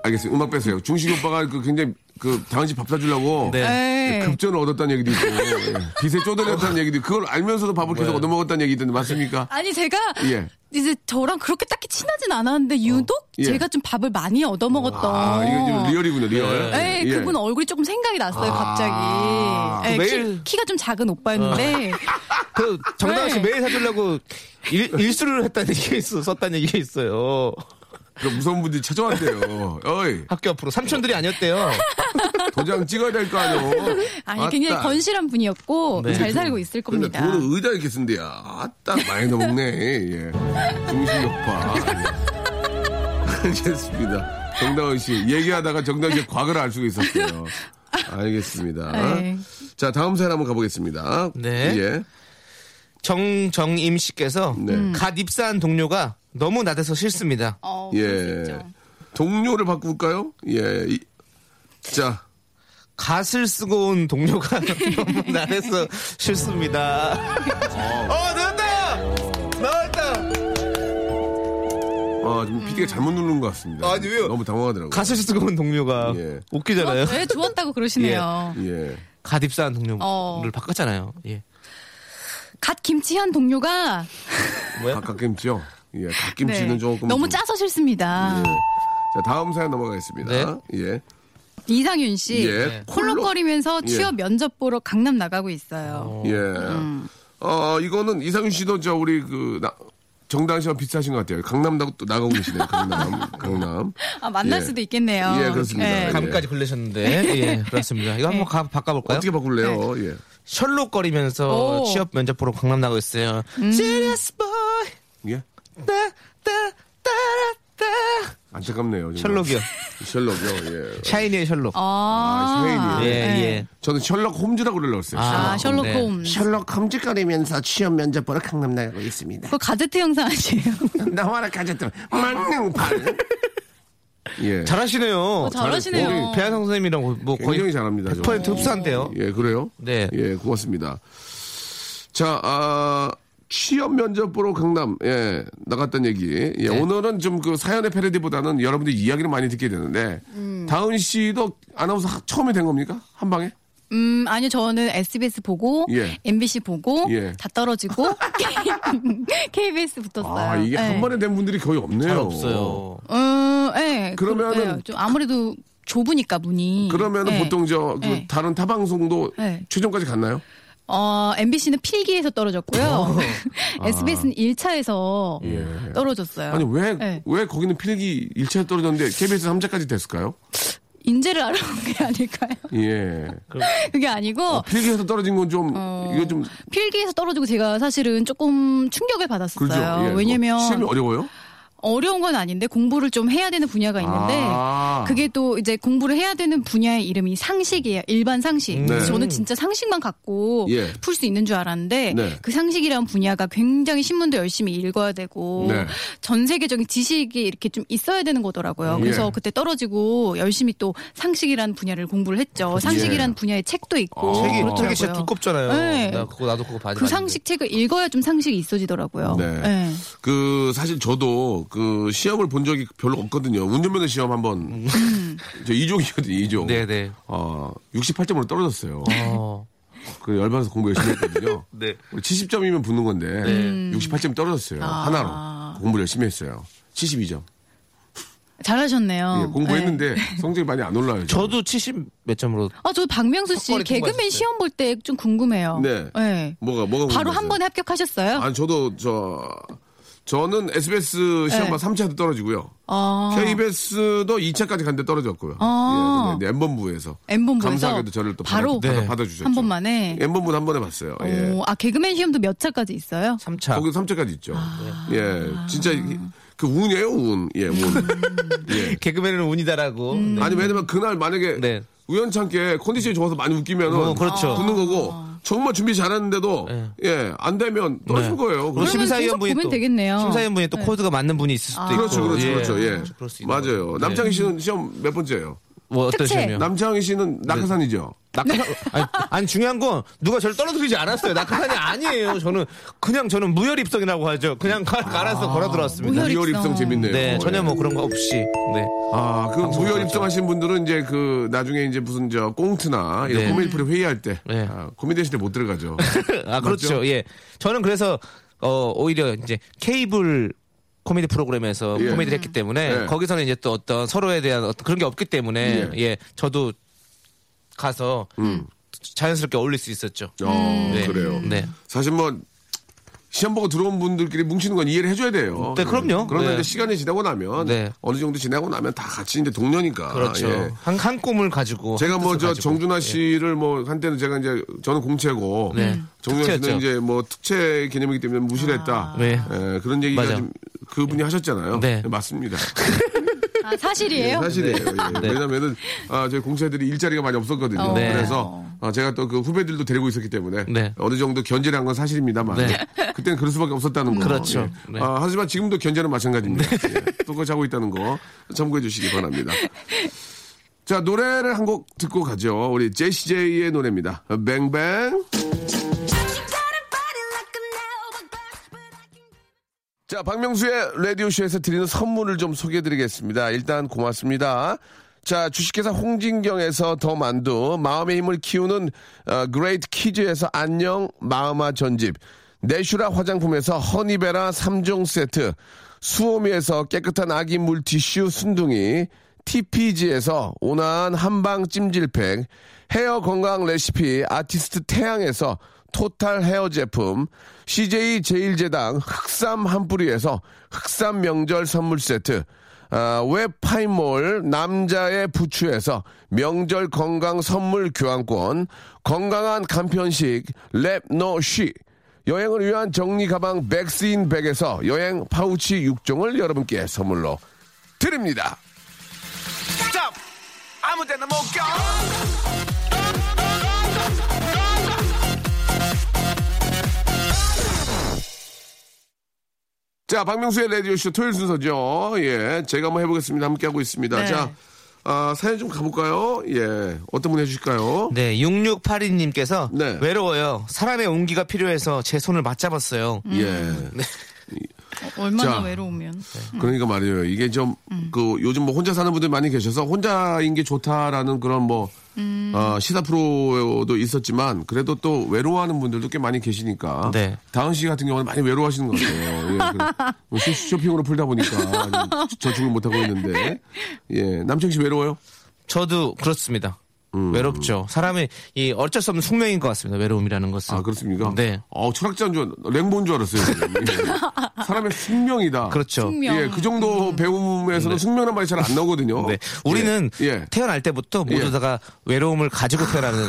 알겠어요. 음악 빼세요. 중식 오빠가 그 굉장히, 그, 당은 씨밥 사주려고.
네.
에이.
급전을 얻었다는 얘기도 있고, 예. 빚에 쪼들렸다는 얘기도 있고, 그걸 알면서도 밥을 계속 얻어먹었다는 얘기 있던데, 맞습니까?
아니 제가
예.
이제 저랑 그렇게 딱히 친하진 않았는데 유독
예.
제가 좀 밥을 많이 얻어먹었던.
아, 이거 지금 리얼이군요, 리얼.
네,
예.
그분 얼굴이 조금 생각이 났어요, 갑자기. 예,
매일-
키, 가좀 작은 오빠였는데.
그 정다은 씨
네.
매일 사주려고 일, 일수를 했다는 얘기 있어 썼다는 얘기 있어요.
그 무서운 분들이 찾아왔대요. 어이,
학교 앞으로 삼촌들이 아니었대요.
도장 찍어야 될 거 아니오.
아니, 굉장히 건실한 분이었고,
네.
잘 살고 있을 겁니다.
근데 돈을 의자 이렇게 쓴대야. 아따, 많이 넘네. 예. 중식 오빠. 예. 알겠습니다. 정다은 씨. 얘기하다가 정다은 씨의 과거를 알 수가 있었어요. 알겠습니다.
네.
자, 다음 사연 한번 가보겠습니다.
네.
예.
정정임
네. 음.
씨께서 갓 입사한 동료가 너무 나대서 싫습니다.
어,
예. 동료를 바꿀까요? 예. 이- 자,
갓을 쓰고 온 동료가 너무 나해서 싫습니다. 어, 넣었다! 넣었다!
아, 지금
음.
PD가 잘못 누른 것 같습니다.
아니, 왜요?
너무 당황하더라고요.
갓을 쓰고 온 동료가
예.
웃기잖아요.
왜 주웠다고 그러시네요.
예.
갓 입사한 동료를
어.
바꿨잖아요. 예.
갓 김치한 동료가
뭐야?
갓김치요? 예, 갓김치는
네,
조금.
너무
좀- 예.
짜서 싫습니다.
자, 다음 사연 넘어가겠습니다. 예.
이상윤 씨
예.
콜록거리면서
예.
취업 면접 보러 강남 나가고 있어요.
예.
음.
어, 이거는 이상윤 씨도 저 우리 그, 나, 정당 씨와 비슷하신 것 같아요. 강남도 또 나가고 계시네요. 강남. 강남.
아, 만날
예.
수도 있겠네요. 네.
예, 그렇습니다.
예.
감까지 걸리셨는데. 예, 그렇습니다. 이거 한번 가- 바꿔볼까요?
어떻게 바꿀래요?
네.
예.
셜록거리면서
오. 음.
취업 면접 보러 강남 나고 있어요. Serious boy,
예.
따, 따, 따라, 따.
안타깝네요. 정말.
셜록이요.
셜록이요, 예.
샤이니의 셜록.
아,
아,
네.
예,
샤이니.
예.
저는 셜록 홈즈라고 그러려고 했어요.
아, 셜록
네.
홈즈.
셜록 험지거리면서 취업 면접 보러 강남 나가고 있습니다.
그거 가제트 영상 아니에요?
나와라 가졌던 만능판.
예.
잘하시네요.
어, 잘하시네요.
배한성 선생님이랑 뭐 거의
굉장히 잘합니다. 저는.
100% 흡사한데요.
예, 그래요?
네.
예, 고맙습니다. 자, 아, 취업 면접 보러 강남, 예, 나갔던 얘기.
네.
예, 오늘은 좀 그 사연의 패러디보다는 여러분들 이야기를 많이 듣게 되는데, 다은 씨도 아나운서 하- 처음에 된 겁니까? 한 방에?
음, 아니요, 저는 SBS 보고,
예.
MBC 보고,
예.
다 떨어지고, KBS 붙었어요.
아, 이게 한
예.
번에 된 분들이 거의 없네요.
잘 없어요.
음, 예.
그러면은-
예, 좀 아무래도 좁으니까 문이.
그러면은
예.
보통 저, 그
네.
다른 타방송도
네.
최종까지 갔나요?
어, MBC는 필기에서 떨어졌고요. SBS는 1차에서
아. 예.
떨어졌어요.
아니, 왜,
네.
왜 거기는 필기 1차에 떨어졌는데 KBS 3차까지 됐을까요?
인재를 알아본 게 아닐까요?
예.
그게 아니고
필기에서 떨어진 건 좀,
어,
이거 좀,
필기에서 떨어지고 제가 사실은 조금 충격을
그죠?
받았었어요.
예,
왜냐면
뭐 시험이 어려워요?
어려운 건 아닌데 공부를 좀 해야 되는 분야가 있는데
아.
그게 또 이제 공부를 해야 되는 분야의 이름이 상식이에요. 일반 상식. 그래서 저는 진짜 상식만 갖고
음. 네. 예.
풀 수 있는 줄 알았는데
네.
그 상식이라는 분야가 굉장히 신문도 열심히 읽어야 되고
네.
전 세계적인 지식이 이렇게 좀 있어야 되는 거더라고요. 그래서
예.
그때 떨어지고 열심히 또 상식이라는 분야를
예.
공부를 했죠. 상식이라는 분야의 책도 있고
어,
책이,
그렇더라고요.
책이 진짜 두껍잖아요.
네.
나 그거 나도 그거 봐지.
그 상식 책을 읽어야 좀 상식이 있어지더라고요.
네.
예.
그 사실 저도 그 시험을 본 적이 별로 없거든요. 운전면허 시험 한번
음.
저 2종이거든요. 2종.
네네.
어, 68점으로 떨어졌어요.
어.
그 열받아서 공부 열심히 했거든요.
네.
70점이면 붙는 건데 68점 떨어졌어요.
아.
하나로 공부 를 열심히 했어요. 72점.
잘하셨네요.
예, 공부했는데
예.
성적이 많이 안 올라요. 지금.
저도 70 몇 점으로
아, 저 박명수 씨
학벌이
개그맨
궁금하셨어요.
시험 볼 때 좀 궁금해요.
네.
예.
뭐가 뭐가 궁금하세요?
바로 한 번에 합격하셨어요?
아니 저도 저 저는 SBS 시험만
네.
3차도 떨어지고요.
아,
KBS도 2차까지 간 데 떨어졌고요.
아.
예, M본부에서.
M본부에서
감사하게도 저를 또
바로
받아,
네.
받아, 주셨죠
한 번만에.
M본부 한 번에 봤어요. 예.
오, 아, 개그맨 시험도 몇 차까지 있어요?
3차.
거기 3차까지 있죠.
아.
예. 진짜 이- 그 운이에요, 운. 예, 운.
음.
예.
개그맨은 운이다라고. 네.
아니 왜냐면 그날 만약에
네.
우연찮게 컨디션이 좋아서 많이 웃기면
어,
은
그렇죠.
붙는 거고
아.
정말 준비 잘했는데도
네.
예, 안 되면 떨어질
네.
거예요. 그렇죠,
그리고
그래서
심사-
심사위원분이
계속 보면
또
되겠네요.
심사위원분이 또
네. 아.
코드가 맞는 분이 있을 수도 있고.
그렇죠, 그렇죠,
예.
그렇죠. 예.
그럴 수 있는
맞아요.
거죠. 네.
남창희 씨는 시험 몇 번째예요?
뭐 어떤
특채.
시험이요?
남창희 씨는 낙하산이죠.
낙하 아니, 아니, 중요한 건 누가 저를 떨어뜨리지 않았어요. 낙하산이 아니에요. 저는 그냥 저는 무혈 입성이라고 하죠. 그냥 가- 갈아서 걸어 들어왔습니다.
무혈
리얼
입성.
입성 재밌네요.
네,
어,
전혀
예.
뭐 그런 거 없이. 네.
아, 그
방송
무효
들었죠.
입성하신 분들은 이제 그 나중에 이제 무슨 저 꽁트나 이런
네.
코미디 프로 회의할 때
네.
아, 고민되실 때 못 들어가죠.
아, 그렇죠.
맞죠?
예. 저는 그래서, 어, 오히려 이제 케이블 코미디 프로그램에서
예.
코미디를 했기 때문에
예.
거기서는 이제 또 어떤 서로에 대한 어떤 그런 게 없기 때문에
예.
예. 저도 가서 자연스럽게 어울릴 수 있었죠.
음. 어, 그래요.
네.
사실 뭐 시험 보고 들어온 분들끼리 뭉치는 건 이해를 해줘야 돼요. 음.
네, 그럼요.
그런데
네.
이제 시간이 지나고 나면
네.
어느 정도 지나고 나면 다 같이 이제 동료니까.
그렇죠.
예.
한, 한 꿈을 가지고.
제가
한
뭐
뜻을
저
가지고. 예.
정준하 씨를 뭐 한때는 제가 이제 저는 공채고 음.
네.
정준하 씨는
특채였죠.
이제 뭐 특채 개념이기 때문에 무시를 했다.
네.
예, 그런 얘기가
맞아요.
좀 그분이 하셨잖아요.
네.
맞습니다.
아, 사실이에요?
예, 사실이에요. 예. 왜냐면은 아, 저희 공채들이 일자리가 많이 없었거든요.
네.
그래서 아, 제가 또 그 후배들도 데리고 있었기 때문에
네.
어느 정도 견제를 한 건 사실입니다만
네.
그때는 그럴 수밖에 없었다는 거.
그렇죠.
예.
네.
아, 하지만 지금도 견제는 마찬가지입니다. 예. 또 그거 자고 있다는 거 참고해 주시기 바랍니다. 자 노래를 한 곡 듣고 가죠. 우리 제시제이의 노래입니다. 뱅뱅. 자, 박명수의 라디오쇼에서 드리는 선물을 좀 소개해 드리겠습니다. 일단 고맙습니다. 자, 주식회사 홍진경에서 더 만두, 마음의 힘을 키우는 어, 그레이트 키즈에서 안녕 마음아 전집, 내슈라 화장품에서 허니베라 3종 세트, 수오미에서 깨끗한 아기 물티슈 순둥이, TPG에서 온화한 한방 찜질팩, 헤어 건강 레시피 아티스트 태양에서 토탈 헤어 제품, CJ 제일제당 흑삼 한 뿌리에서 흑삼 명절 선물 세트, 아, 웹파이몰 남자의 부추에서 명절 건강 선물 교환권, 건강한 간편식 랩노쉬, 여행을 위한 정리 가방 백스인 백에서 여행 파우치 6종을 여러분께 선물로 드립니다. 자, 박명수의 라디오쇼 토요일 순서죠. 예, 제가 한번 해보겠습니다. 함께하고 있습니다.
네.
자, 아, 사연 좀 가볼까요? 예, 어떤 분 해주실까요?
네, 6682님께서
네.
외로워요. 사람의 온기가 필요해서 제 손을 맞잡았어요.
예.
얼마나
자.
외로우면.
그러니까 말이에요. 이게 좀, 그, 요즘 뭐 혼자 사는 분들 많이 계셔서 혼자인 게 좋다라는 그런 뭐,
음.
어, 시사 프로도 있었지만, 그래도 또 외로워하는 분들도 꽤 많이 계시니까.
네.
다은 씨 같은 경우는 많이 외로워하시는 것 같아요. 예, 그래. 뭐 쇼- 쇼핑으로 풀다 보니까 저축을 못하고 있는데. 예. 남청 씨 외로워요?
저도 그렇습니다.
음.
외롭죠. 사람의 이 어쩔 수 없는 숙명인 것 같습니다. 외로움이라는 것은.
아, 그렇습니까?
네.
어, 철학자인 줄, 알- 랭보인 줄 알았어요. 지금. 예. 사람의 숙명이다.
그렇죠.
숙명.
예, 그 정도 배움에서는 숙명란 말이 잘 안 나오거든요.
네. 우리는
어, 예, 예.
태어날 때부터 모두
예.
다가 외로움을 가지고 태어나는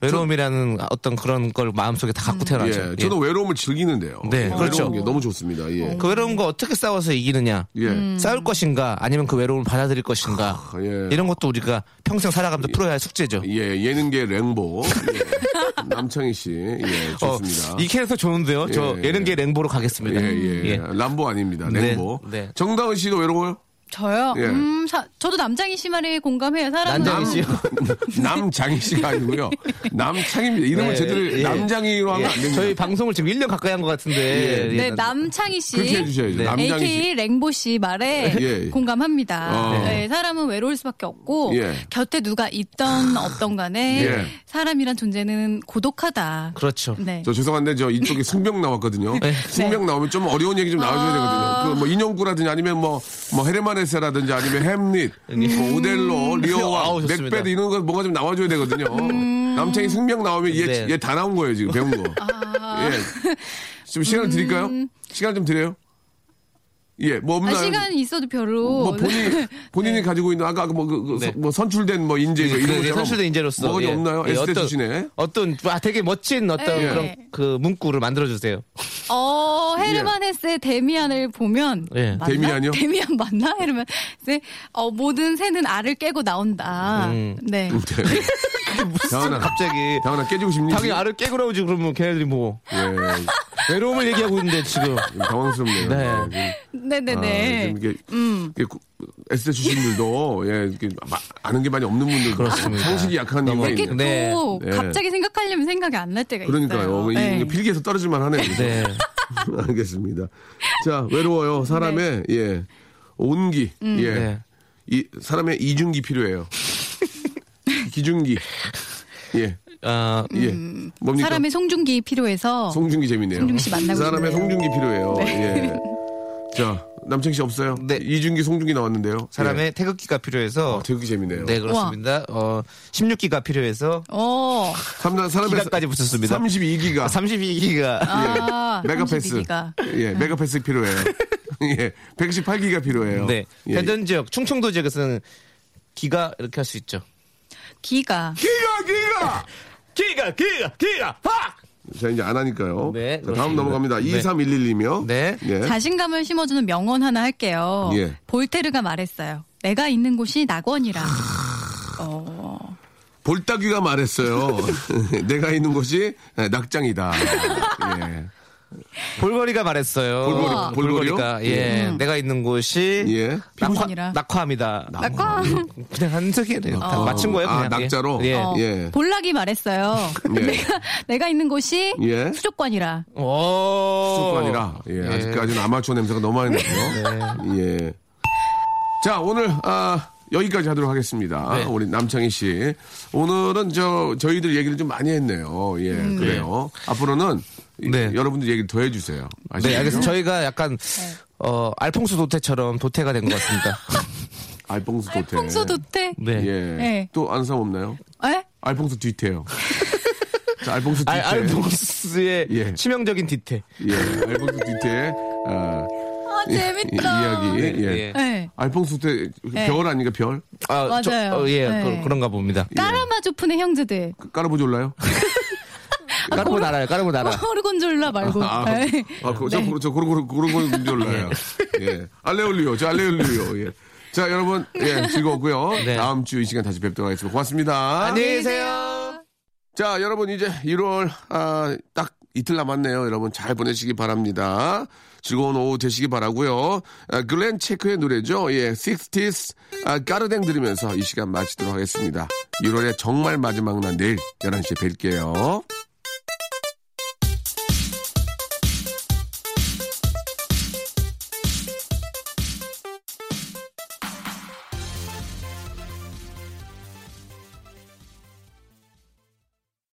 외로움이라는 어떤 그런 걸 마음속에 다 갖고 태어나죠.
예,
예.
저는 외로움을 즐기는데요.
네,
외로운
그렇죠.
게 너무 좋습니다. 예.
그 외로운 거 어떻게 싸워서 이기느냐.
예.
싸울 것인가 아니면 그 외로움을 받아들일 것인가
예.
이런 것도 우리가 평생 살아가면서 풀어야 할 숙제죠.
예, 예능계 랭보. 예. 남창희 씨. 예, 좋습니다.
어, 이 캐릭터 좋은데요. 저
예.
예능계 랭보로 가겠습니다.
예, 예,
예.
람보 아닙니다.
네,
랭보.
네.
정다은 씨도 외로워요?
저요?
예.
음, 사- 저도 남장희 씨 말에 공감해요. 사람은.
남장희 씨요?
남장희 씨가 아니고요. 남창희입니다. 이름을
네,
제대로
예.
남장희로 하면 안
예.
됩니다.
저희 방송을 지금 1년 가까이 한 것 같은데. 예.
네, 남창희 씨.
그렇게 해주셔야죠.
네.
남장희 씨.
AKA 랭보 씨 말에
예, 예.
공감합니다.
어.
네, 사람은 외로울 수밖에 없고
예. 아,
곁에 누가 있던 없던 간에
예.
사람이란 존재는 고독하다.
그렇죠.
네.
저 죄송한데 저 이쪽에 승병 나왔거든요.
네.
승병 나오면 좀 어려운 얘기 좀 나와줘야
아.
되거든요. 그 뭐 인형꾸라든지 아니면 뭐 뭐 헤르만에세라든지 아니면 햄릿, 뭐 오델로,
음. 아우,
리오왕,
좋습니다. 음.
맥베드 이런 거 뭔가 좀 나와줘야 되거든요. 남창이 승병 나오면 얘
네. 아.
얘 다 나온 거예요 지금 배운 거. 예. 좀
음.
시간을 드릴까요? 시간 좀 드려요? 예, 뭐
아,
없나요?
시간이 있어도 별로.
뭐 본인 본인이 가지고 있는 아까 뭐, 그, 그
네.
뭐 선출된 뭐 인재 뭐 이런
그
것처럼
선출된 인재로서
뭐가 좀
예.
없나요?
예,
에스테
어떤-
출신에
어떤 와 되게 멋진 어떤
예.
그런 그 문구를 만들어 주세요.
어, 헤르만 헤스의 데미안을 보면
예.
맞나?
예. 데미안이요?
데미안 맞나? 헤르만 헤스. 어, 모든 새는 알을 깨고 나온다.
음.
네.
다은아,
갑자기
다은아 깨지고 싶니?
당연히 알을 깨고라고 지 그러면 걔네들이 뭐
예.
외로움을 얘기하고 있는데 지금
당황스럽네요.
네.
네.
네, 네,
아,
네.
좀 이게, 이게 구- 에스테 출신들도 예, 이렇게 마- 아는 게 많이 없는 분들
그렇습니다.
상식이 약한 이유가
이렇게
있네요.
네.
또
네.
갑자기 생각하려면 생각이 안 날 때가
그러니까요.
있어요.
이-
네.
이게 필기에서 떨어질만 하네요. 그죠?
네.
알겠습니다. 자, 외로워요. 사람의 예 온기, 예,
네.
이 사람의 이중기 필요해요. 기중기, 예,
어,
예, 뭡니까?
사람의 송중기 필요해서
송중기 재밌네요. 그
어. 송중기 씨 만나고
사람의
싶네요.
송중기 필요해요. 예. 자, 남창 씨 없어요?
네.
이중기, 송중기 나왔는데요.
사람의
예.
태극기가 필요해서
어, 되게 재밌네요.
네 그렇습니다. 어 16기가 필요해서
어.
삼, 사람의
기가까지 붙였습니다. 아,
32기가. 예.
32기가
아,
메가패스.
32기가.
예, 메가패스 필요해요. 예, 118기가 필요해요.
네
예.
대전 지역 충청도 지역에서는 기가 이렇게 할 수 있죠.
기가.
기가, 기가!
기가 기가 기가 팍
자, 이제 안 하니까요.
네,
자, 다음
그렇습니다.
넘어갑니다.
네.
2311님이요.
네.
자신감을 심어주는 명언 하나 할게요.
예.
볼테르가 말했어요. 내가 있는 곳이 낙원이라. 어,
볼따귀가 말했어요. 내가 있는 곳이 낙장이다. 예.
볼거리가 말했어요.
볼거리- 볼거리요?
가 예. 내가 있는 곳이
예.
낙화,
아. 피곤이라.
낙화합니다. 음,
낙화.
그냥 한석이에요. 다 맞춘 거예요.
아,
그냥. 예.
낙자로?
예.
어,
예.
볼락이 말했어요.
예.
내가, 내가 있는 곳이
예.
수족관이라.
오.
수관이라 예, 아직까지는 아마추어 냄새가 너무 많이 나요. 예. 자 오늘 아, 여기까지 하도록 하겠습니다.
네.
우리 남창희 씨 오늘은 저 저희들 얘기를 좀 많이 했네요. 예 그래요. 앞으로는 이-
네.
여러분들 얘기 더 해주세요.
네,
아시겠죠?
알겠습니다. 저희가 약간
네.
어, 알퐁스 도태처럼 도태가 된 것 같습니다.
알퐁스 도태.
알퐁소 도태?
네.
예.
네.
또 아는 사람 없나요?
에?
알퐁스 뒤태요. 자, 알퐁스
아,
뒤태.
알퐁스의
예.
치명적인 디테.
예, 알퐁스 뒤태. 아,
아,
이,
재밌다.
이야기. 예.
예.
네.
알퐁스 뒤태 별 아닌가 별?
아,
맞아요.
어, 예,
네.
그, 그런가 봅니다.
까라마조푼의 형제들.
깔아보지 올라요?
아,
까르보 나라요, 까르보 나라.
호르곤졸라 말고.
아,
네.
아, 그, 저, 그, 저, 그런, 그런, 그런 건 몰라요.
네.
예. 알레올리오, 저 알레올리오, 예. 자, 여러분, 예, 즐거웠고요.
네.
다음 주 이 시간 다시 뵙도록 하겠습니다. 고맙습니다.
안녕히 계세요.
자, 여러분, 이제 1월, 아, 딱 이틀 남았네요. 여러분, 잘 보내시기 바랍니다. 즐거운 오후 되시기 바라고요 아, 글렌 체크의 노래죠. 예, 60s, 아, 까르댕 들으면서 이 시간 마치도록 하겠습니다. 1월의 정말 마지막 날 내일 11시에 뵐게요.